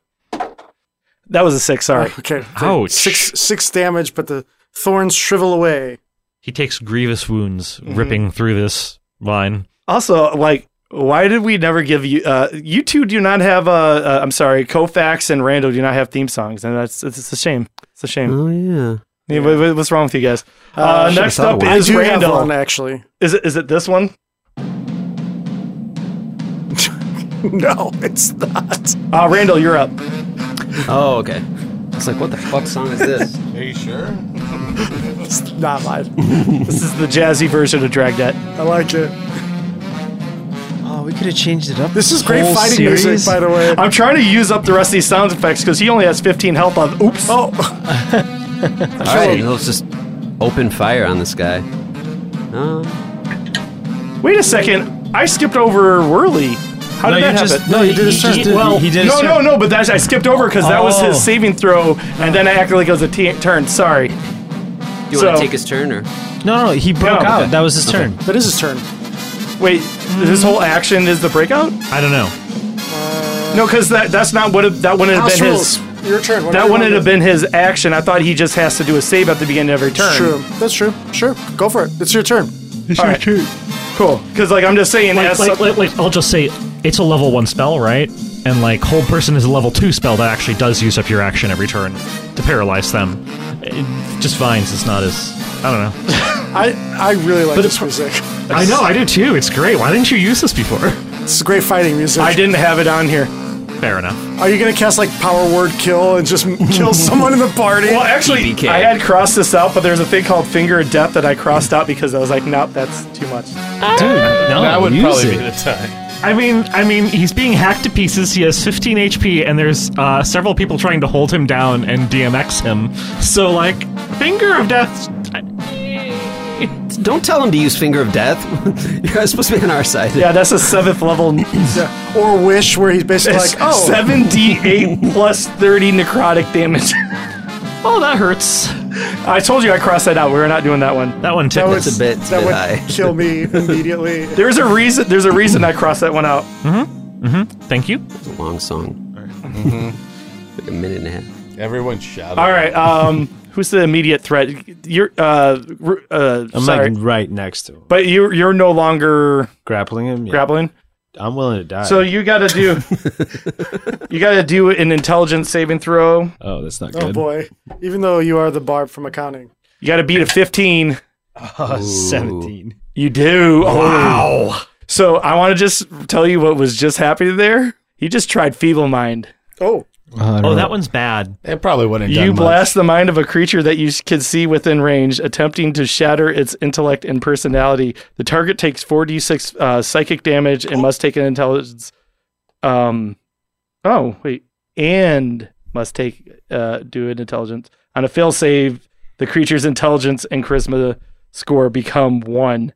That was a six. Sorry.
Okay.
Ouch.
Six, six damage, but the thorns shrivel away.
He takes grievous wounds ripping through this line.
Also, like, why did we never give you? Uh, you two do not have. Uh, uh, I'm sorry, Kofax and Randall do not have theme songs, and that's it's, it's a shame. It's a shame.
Oh yeah.
Yeah, what- what- what's wrong with you guys? Uh,
Mm-hmm. Uh, should've
next
thought
up
of one.
is
I do have
Randall.
one, actually.
is it is it this one?
no, it's not.
Uh, Randall, you're up.
Oh, okay. It's like, what the fuck song is this?
Are you sure?
It's not live.
this is the jazzy version of Drag Debt.
I like it.
Oh, we could have changed it up.
This is great fighting music, by the way.
I'm trying to use up the rest of these sound effects because he only has 15 health on. Oops. Oh.
All right, let's just open fire on this guy. Uh,
Wait a second. I skipped over Whirly. How
No,
did
you
that
just-
happen?
no, you did his turn.
well,
He did his
no, no,
turn.
no. But that's, I skipped over because that was
Oh.
his saving throw, and then I acted like it was a t- turn. Sorry.
do you want
So-
to take his turn or?
No, no, he broke
No.
out. That was his turn.
That is his turn.
Wait, this whole action is the breakout?
I don't know.
No, because that that's not what it, that wouldn't have
House
been
rules.
his.
Your turn.
That
whatever you
wouldn't
wanna
have been his action. I thought he just has to do a save at the beginning of every turn.
True. That's true. Sure. Go for it. It's your turn.
It's your turn. Cool. Because like I'm just saying,
Like,
as
like, like, like, I'll just say it's a level one spell, right? And like, whole person is a level two spell that actually does use up your action every turn to paralyze them. It just vines. It's not as I don't know.
I, I really like
But
this
it's-
music.
I know. I do too. It's great. Why didn't you use this before?
It's great fighting music.
I didn't have it on here.
Fair enough.
Are you gonna cast like power word kill and just kill someone in the party?
Well, actually,
PBK.
I had crossed this out, but there's a thing called Finger of Death that I crossed out because I was like, nope, that's too much.
Dude, no,
that would
use
probably be
it.
the time.
I mean, I mean, he's being hacked to pieces. He has 15 HP, and there's uh, several people trying to hold him down and DMX him. So, like, finger of death.
Don't tell him to use Finger of Death. you guys supposed to be on our side.
Yeah, that's a seventh level.
Yeah. Or wish where he's basically like, oh,
78 plus 30 necrotic damage.
Oh, that hurts.
I told you I crossed that out. We were not doing that one.
That one
that
tickled.
would-
a bit- it's a
that
bit
would
high.
kill me immediately.
There's a reason. There's a reason I crossed that one out.
Thank you.
It's a long song. Like a minute and a half.
Everyone shout.
All right. Um, who's the immediate threat? You're uh, r- uh,
I'm
sorry,
like right next to him,
but you are you're no longer
grappling him. Yeah.
grappling.
I'm willing to die.
So you gotta do. you gotta do an intelligence saving throw.
oh, that's not
Oh
good.
boy. Even though you are the barb from accounting.
You gotta beat a 15.
Oh, 17.
You do. Wow. So I want to just tell you what was just happening there. He just tried feeble mind.
Oh.
Oh, that one's bad.
It probably wouldn't. have
You
done much.
blast the mind of a creature that you can see within range, attempting to shatter its intellect and personality. The target takes 4d6 uh, psychic damage and must take an intelligence. Um. Oh wait, and must take uh, do an intelligence on a fail save. The creature's intelligence and charisma score become one.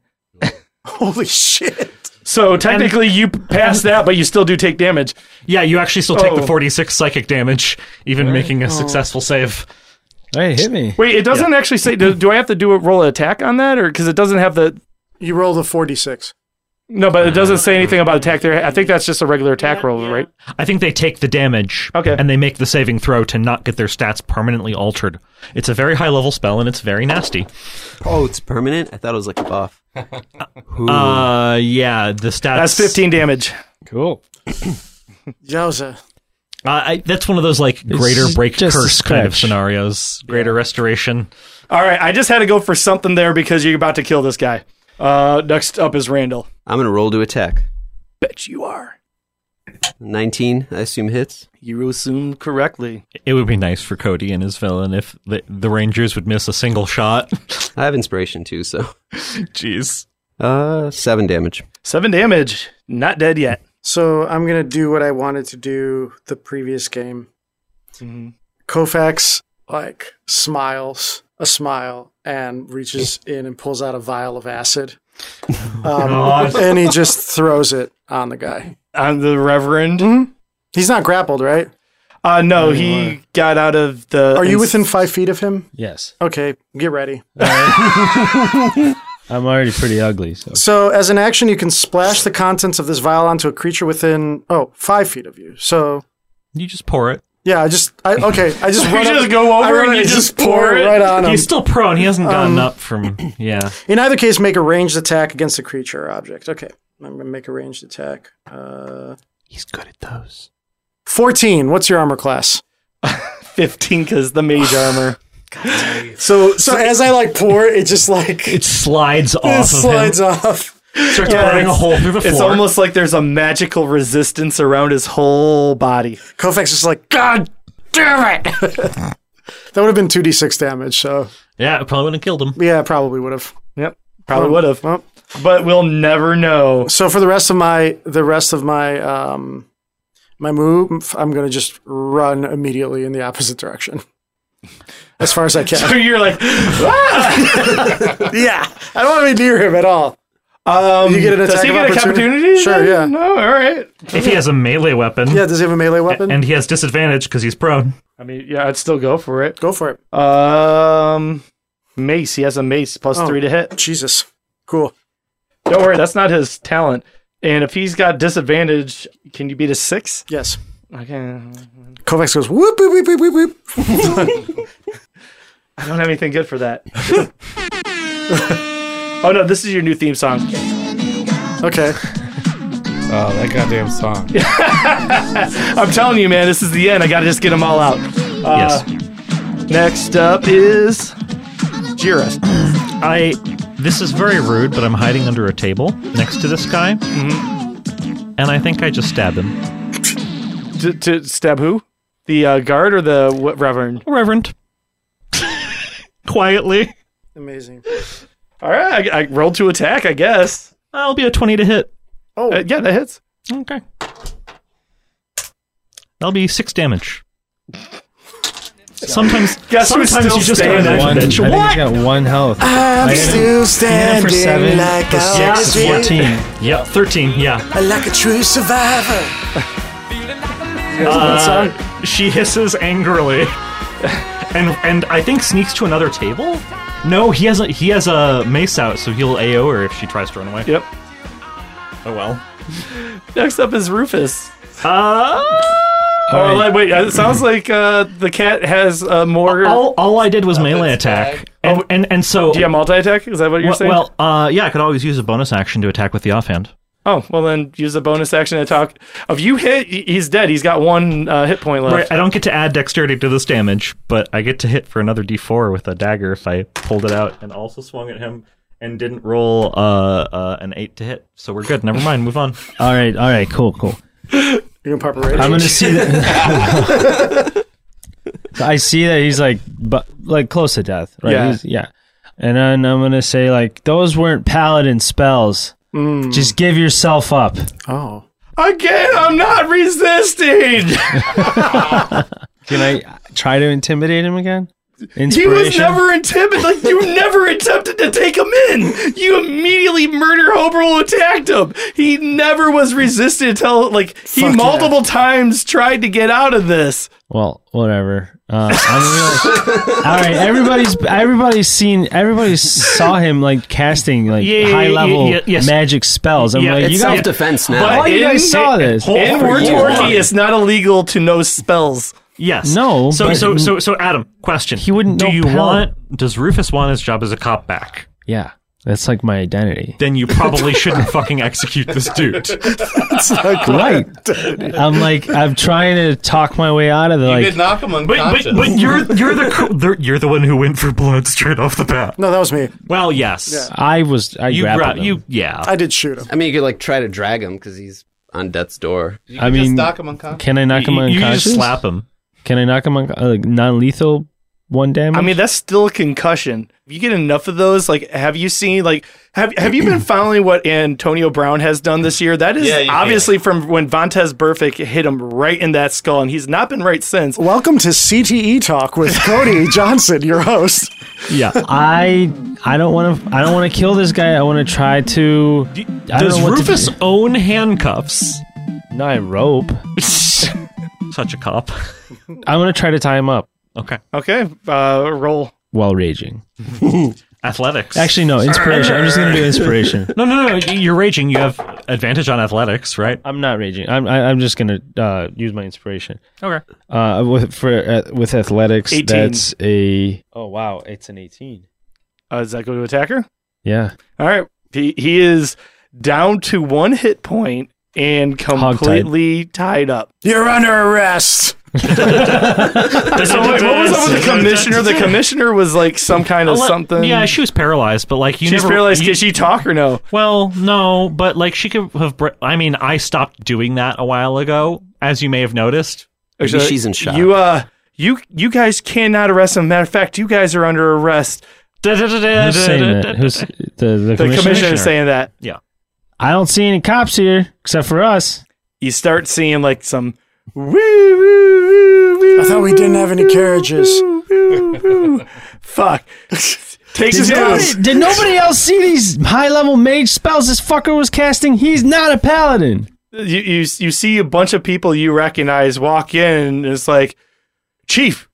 Holy shit!
So technically, you pass that, but you still do take damage.
Yeah, you actually still take
Oh.
the 46 psychic damage, even making a successful save.
Hey, hit me.
Wait, it doesn't actually say. Do, do I have to do a roll of attack on that, or because it doesn't have the?
You roll the four d six.
No, but it doesn't say anything about attack there. I think that's just a regular attack roll, right?
I think they take the damage.
Okay.
And they make the saving throw to not get their stats permanently altered. It's a very high level spell and it's very nasty.
Oh, it's permanent. I thought it was like a buff.
Uh, yeah, the stats.
That's 15 damage.
Cool.
Yowza.
Uh, I, that's one of those like greater break
just a
curse kind of
scratch.
scenarios. Greater restoration.
All right, I just had to go for something there because you're about to kill this guy. Uh, next up is Randall.
I'm gonna roll to attack.
Bet you are.
19, I assume hits.
You assume correctly.
It would be nice for Cody and his villain if the, the Rangers would miss a single shot.
I have inspiration too, so.
Jeez.
Uh, seven damage.
Seven damage. Not dead yet.
So I'm gonna do what I wanted to do the previous game. Kofax like smiles a smile and reaches in and pulls out a vial of acid, um,
God.
and he just throws it on the guy.
On Uh, the Reverend.
Mm-hmm. He's not grappled, right?
Uh, no, he got out of the.
Are you
ins-
within five feet of him?
Yes.
Okay, get ready.
I'm already pretty ugly, so
So, as an action, you can splash the contents of this vial onto a creature within oh five feet of you. So,
You just pour it.
yeah, I just I, okay, I just
You
run up-
just go over
I run
and
up
you just pour it?
right on him.
He's still prone. He hasn't gotten
Um,
up from. Yeah.
In either case, make a ranged attack against a creature or object. Okay, I'm gonna make a ranged attack. Uh,
He's good at those.
Fourteen. What's your armor class?
15 because the mage armor.
So, so as I like pour, it just like
It slides
it
off of
slides
him.
off.
Starts
Yeah,
burning a
it's-
hole through the floor.
It's almost like there's a magical resistance around his whole body.
Kofax is like, God damn it! that would have been two d six damage. So,
Yeah, it probably would have killed him.
yeah, probably would have.
Yep. Probably would have. But we'll never know.
So for the rest of my the rest of my um my move, I'm gonna just run immediately in the opposite direction, as far as I
So
can.
you're like,
yeah, I don't want to be near him at all.
um,
You get an
does
attack
he
of
get an
opportunity?
opportunity?
Sure,
then? No, all right.
If he has a melee weapon.
Yeah, does he have a melee weapon?
And he has disadvantage because he's prone.
I mean, yeah, I'd still go for it.
Go for it.
Oh.
Um, mace. He has a mace plus
Oh.
three to hit.
Jesus, cool.
Don't worry, that's not his talent. And if he's got disadvantage, can you beat a six?
Yes,
Okay.
Kovacs goes whoop whoop whoop whoop whoop.
I don't have anything good for that. oh no, this is your new theme song.
whoop. Okay,
Oh, that goddamn song.
I'm telling you, man, this is the end. I gotta just get them all out. Uh, Next up is Jira.
I. This is very rude, but I'm hiding under a table next to this guy. And I think I just stab him.
To, to stab who? The uh, guard or the what, reverend?
Reverend. Quietly.
amazing.
All right, I, I rolled to attack, I guess.
I'll be a 20 to hit.
Oh,
Uh, yeah, that hits.
Okay. That'll be six damage. Sometimes,
Guess who's
sometimes
still
you just
standing?
gotta knife a
one,
bitch.
I
What?
think I got one health.
I'm
I hit him-
still
I hit him
standing
for seven
like
plus
I
six
did.
is fourteen.
Yep, thirteen. Yeah.
like a true survivor.
Uh, she hisses angrily, and and I think sneaks to another table. No, he has a he has a mace out, so he'll AO her if she tries to run away.
Yep.
Oh well.
Next up is Rufus.
Uh,
Oh, like, wait, it sounds like uh, the cat has uh, more.
all, all I did was melee attack, and, and and so
Oh, Do you have multi attack? Is that what you're
well,
saying?
well, uh, yeah, I could always use a bonus action to attack with the offhand.
oh, well, then use a bonus action to talk. If you hit, he- he's dead. He's got one uh, hit point left.
Right, I don't get to add dexterity to this damage, but I get to hit for another d4 with a dagger if I pulled it out and also swung at him and didn't roll uh, uh, an 8 to hit. So we're good. Never mind. Move on.
All right, all right, cool, cool.
You're gonna pop a rage.
I'm gonna see that. I see that he's like, but like close to death, right?
Yeah.
He's- yeah. And then I'm gonna say like, those weren't paladin spells.
Mm.
Just give yourself up.
Oh,
Again, I'm not resisting.
Can I try to intimidate him again?
He was
Inspiration.
never intimidated. Like you never attempted to take him in. You immediately murder Hoberl attacked him. He never was resisted until like he
Fuck yeah.
multiple times tried to get out of this.
Well, whatever. Uh, I'm real. All right, everybody's everybody's seen everybody saw him like casting like
Yeah, yeah,
high
yeah,
level
yeah, yes.
magic spells. I'm like, you guys, But you guys saw this.
In Wartorky, it's not illegal to know spells.
Yes.
No,
So
but-
so so so Adam, question. He wouldn't. Do
know
you
Pell.
want? Does Rufus want his job as a cop back?
Yeah, that's like my identity.
Then you probably shouldn't fucking execute this dude.
right. I'm like, I'm trying to talk my way out of the like.
knock him
But, but, but you're you're the co- the- you're the one who went for blood straight off the bat.
No, that was me.
Well, yes.
I was. I
you
grappled
gra-
him.
you yeah.
I did shoot him.
I mean, you could like try to drag him because he's on death's door.
I mean, can I knock him
You- you
unconscious?
just slap
him.
Can I knock him on uh, like, non-lethal one damage?
I mean, that's still a concussion. If you get enough of those, like, have you seen, like, have have you been following what Antonio Brown has done this year? That is
Yeah, you
obviously from when Vontez Burfict hit him right in that skull, and he's not been right since.
Welcome to CTE Talk with Cody Johnson, your host.
Yeah.
I I don't want to I don't want to kill this guy. I want to try to. I don't
Does
know what to
Rufus
do.
own handcuffs?
No, I rope.
Such a cop.
I want to try to tie him up
Okay.
Okay, uh, roll.
while raging.
Athletics.
Actually, no, inspiration. I'm just gonna do inspiration.
No, no, no. y- You're raging. You have advantage on athletics, right?
I'm not raging. I'm I, I'm just gonna uh, use my inspiration.
Okay.
Uh, with for uh, with athletics,
18.
that's a Oh wow, it's an eighteen.
Uh, does that go to attacker?
yeah.
All right, he he is down to one hit point and completely tied up.
You're under arrest.
So wait, what was up with the commissioner? The commissioner was like some kind of
Ele-
something.
Yeah, she was paralyzed, but like you
She's
never
paralyzed.
you-
Can she talk or no?
Well, no, but like she could have. br- I mean, I stopped doing that a while ago, as you may have noticed.
Actually, You uh, you you guys cannot arrest him. Matter of fact, you guys are under arrest.
Who's saying that? Who's the the,
The
commissioner?
commissioner is saying that.
Yeah.
I don't see any cops here except for us.
You start seeing like some woo woo woo woo.
I thought we didn't have any carriages.
woo, woo. Fuck. Takes his
Did
nose.
nobody, did nobody else see these high level mage spells this fucker was casting? He's not a paladin.
you, you you see a bunch of people you recognize walk in and it's like chief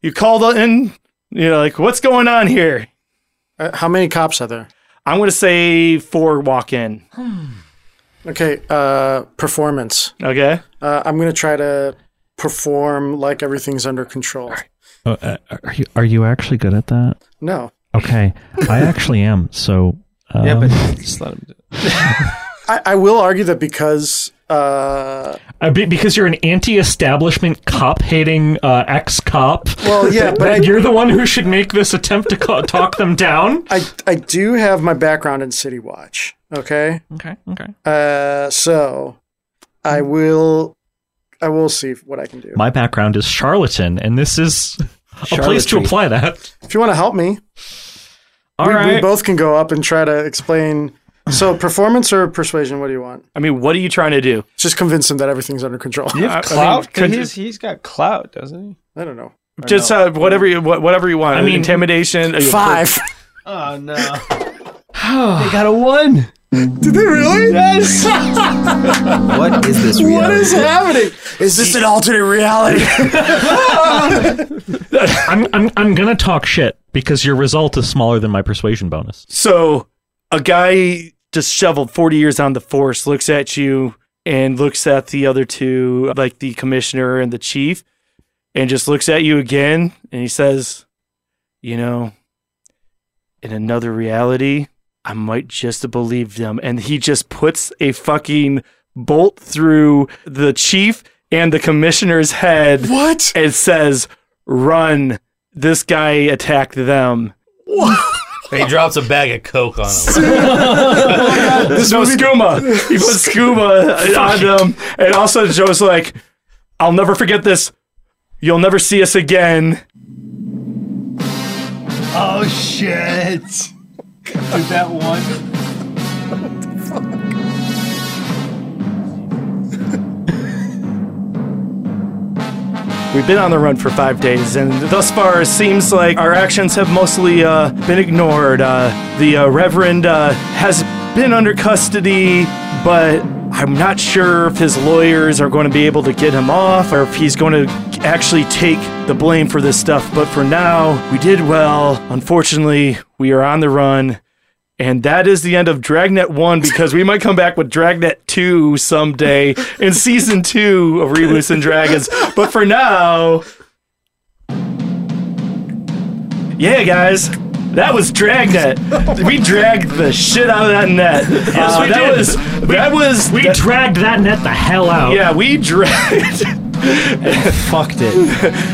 you called in you're like what's going on here
Uh, how many cops are there?
i'm going to say four walk in
Okay, uh, performance.
okay
Uh, I'm gonna try to perform like everything's under control.
Oh, uh, are, you, are you actually good at that?
No,
Okay, I actually am. So um,
Yeah, but just let him do
I, I will argue that because uh,
Uh, be- because you're an anti-establishment cop-hating uh, ex-cop.
Well, yeah, but
that
I-
you're the one who should make this attempt to ca- talk them down.
I I do have my background in City Watch. Okay,
Okay. Okay.
uh, so I will I will see what I can do.
My background is charlatan, and this is a place to
Charlatry.
apply that.
If you want to help me,
All
we,
right.
we both can go up and try to explain. So performance or persuasion? What do you want?
i mean what are you trying to do
Just convince him that everything's under control.
I- I mean, could-
Uh, he's, he's got clout, doesn't he?
I don't know.
just uh, whatever you wha- whatever you want
I mean-
intimidation uh, you-
Oh no. they got a one.
Did they really?
Yes.
What is this? Reality?
What is happening? Is this an alternate reality?
I'm, I'm, I'm gonna talk shit because your result is smaller than my persuasion bonus.
so a guy disheveled 40 years on the force looks at you and looks at the other two like the commissioner and the chief and just looks at you again and he says you know in another reality i might just believe them and he just puts a fucking bolt through the chief and the commissioner's head
what
and says run this guy attacked them
He drops a bag of coke on him.
There's no Skooma. He put Skooma on them. And also, Joe's like, I'll never forget this. You'll never see us again.
Oh shit. Is that one?
We've been on the run for five days, and thus far it seems like our actions have mostly uh, been ignored. Uh, the uh, Reverend uh, has been under custody, but I'm not sure if his lawyers are going to be able to get him off or if he's going to actually take the blame for this stuff. But for now, we did well. Unfortunately, we are on the run. And that is the end of Dragnet 1 because we might come back with Dragnet 2 someday in season 2 of Reboots and Dragons. But for now. Yeah, guys. That was Dragnet. We dragged the shit out of that net. Uh,
Yes, we
that
did.
was that was we dragged that net the hell out. Yeah, we dragged fucked it.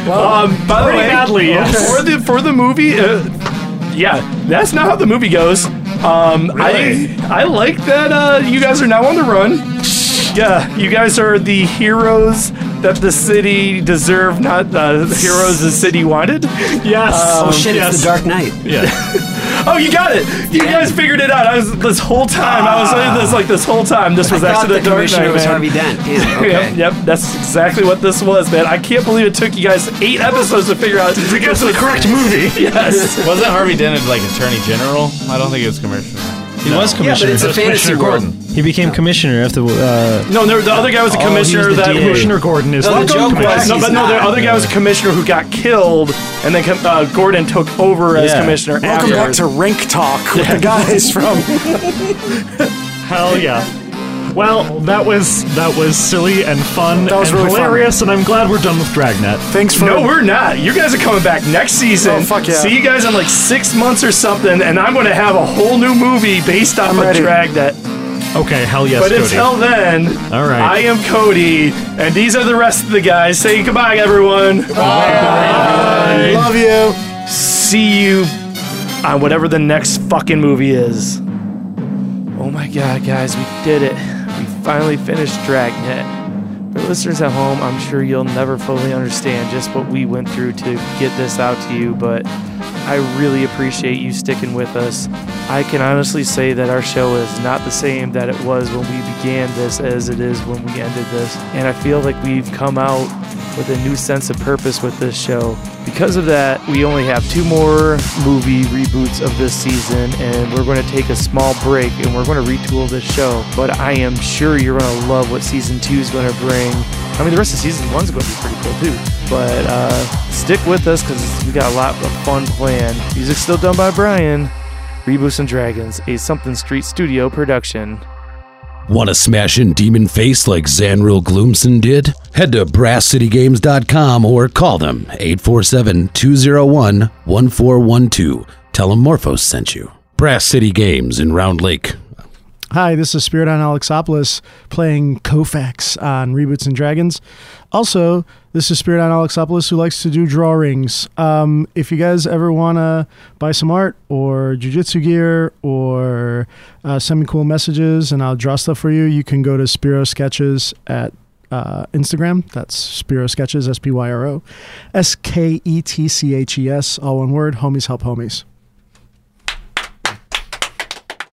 um, by the
pretty
way,
badly, yes.
for the for the movie, uh, yeah, that's not how the movie goes. Um, I I like that uh, you guys are now on the run. Yeah, you guys are the heroes that the city deserved, not uh, the heroes the city wanted. Yes.
oh shit! It's the Dark Knight.
Yeah.
Oh, you got it! You guys figured it out. I was this whole time. I was like this like this whole time. This was
I thought
actually
the
Dark
commissioner
Knight,
was
man.
Harvey Dent. Damn,
yep, yep, that's exactly what this was, man. I can't believe it took you guys eight episodes to figure out to get to the correct movie. Yes.
Wasn't Harvey Dent like attorney general? I don't think it was commissioner.
He was commissioner. He became commissioner after. Uh,
No, no, the other guy was a
Oh, he
commissioner
was the
that
DA. Commissioner
Gordon
is
no,
the
no,
joke
but-
was
no,
he's
but no, the
not.
other guy was a commissioner who got killed, and then com- uh, Gordon took over as
Yeah.
commissioner.
Welcome back
afterwards.
to Rink Talk with the guys from.
Hell yeah. Well, that was that was silly and fun
That was
and
really fun.
hilarious, and I'm glad we're done with Dragnet.
Thanks
No, we're not. You guys are coming back next season.
Oh, fuck yeah.
See you guys in like six months or something, and I'm going to have a whole new movie based on the drag that.
Okay, hell yes,
but
Cody.
until then,
All right.
I am Cody, and these are the rest of the guys. Say goodbye, everyone. Bye. Love
you.
See you on whatever the next fucking movie is. Oh my god, guys, we did it. We finally finished Dragnet. For listeners at home, I'm sure you'll never fully understand just what we went through to get this out to you, but I really appreciate you sticking with us. I can honestly say that our show is not the same that it was when we began this as it is when we ended this, and I feel like we've come out with a new sense of purpose with this show. Because of that, we only have two more movie reboots of this season, and we're going to take a small break and we're going to retool this show. But I am sure you're going to love what season two is going to bring. I mean, the rest of season one's going to be pretty cool too. But uh, stick with us because we got a lot of fun planned. Music's still done by Brian. Reboots and Dragons, a Something Street Studio production.
Want to smash in Demon Face like Zanril Gloomson did? Head to BrassCityGames.com or call them 847 201 1412. Tell them Morphos sent you. Brass City Games in Round Lake.
Hi, this is Spirit on Alexopoulos playing Kofax on Reboots and Dragons. Also, this is Spirit on Alexopoulos who likes to do drawings. Um, if you guys ever want to buy some art or jujitsu gear or uh, send me cool messages and I'll draw stuff for you, you can go to Spiro Sketches at uh, Instagram. That's Spiro Sketches, S P Y R O S K E T C H E S, all one word. Homies help homies.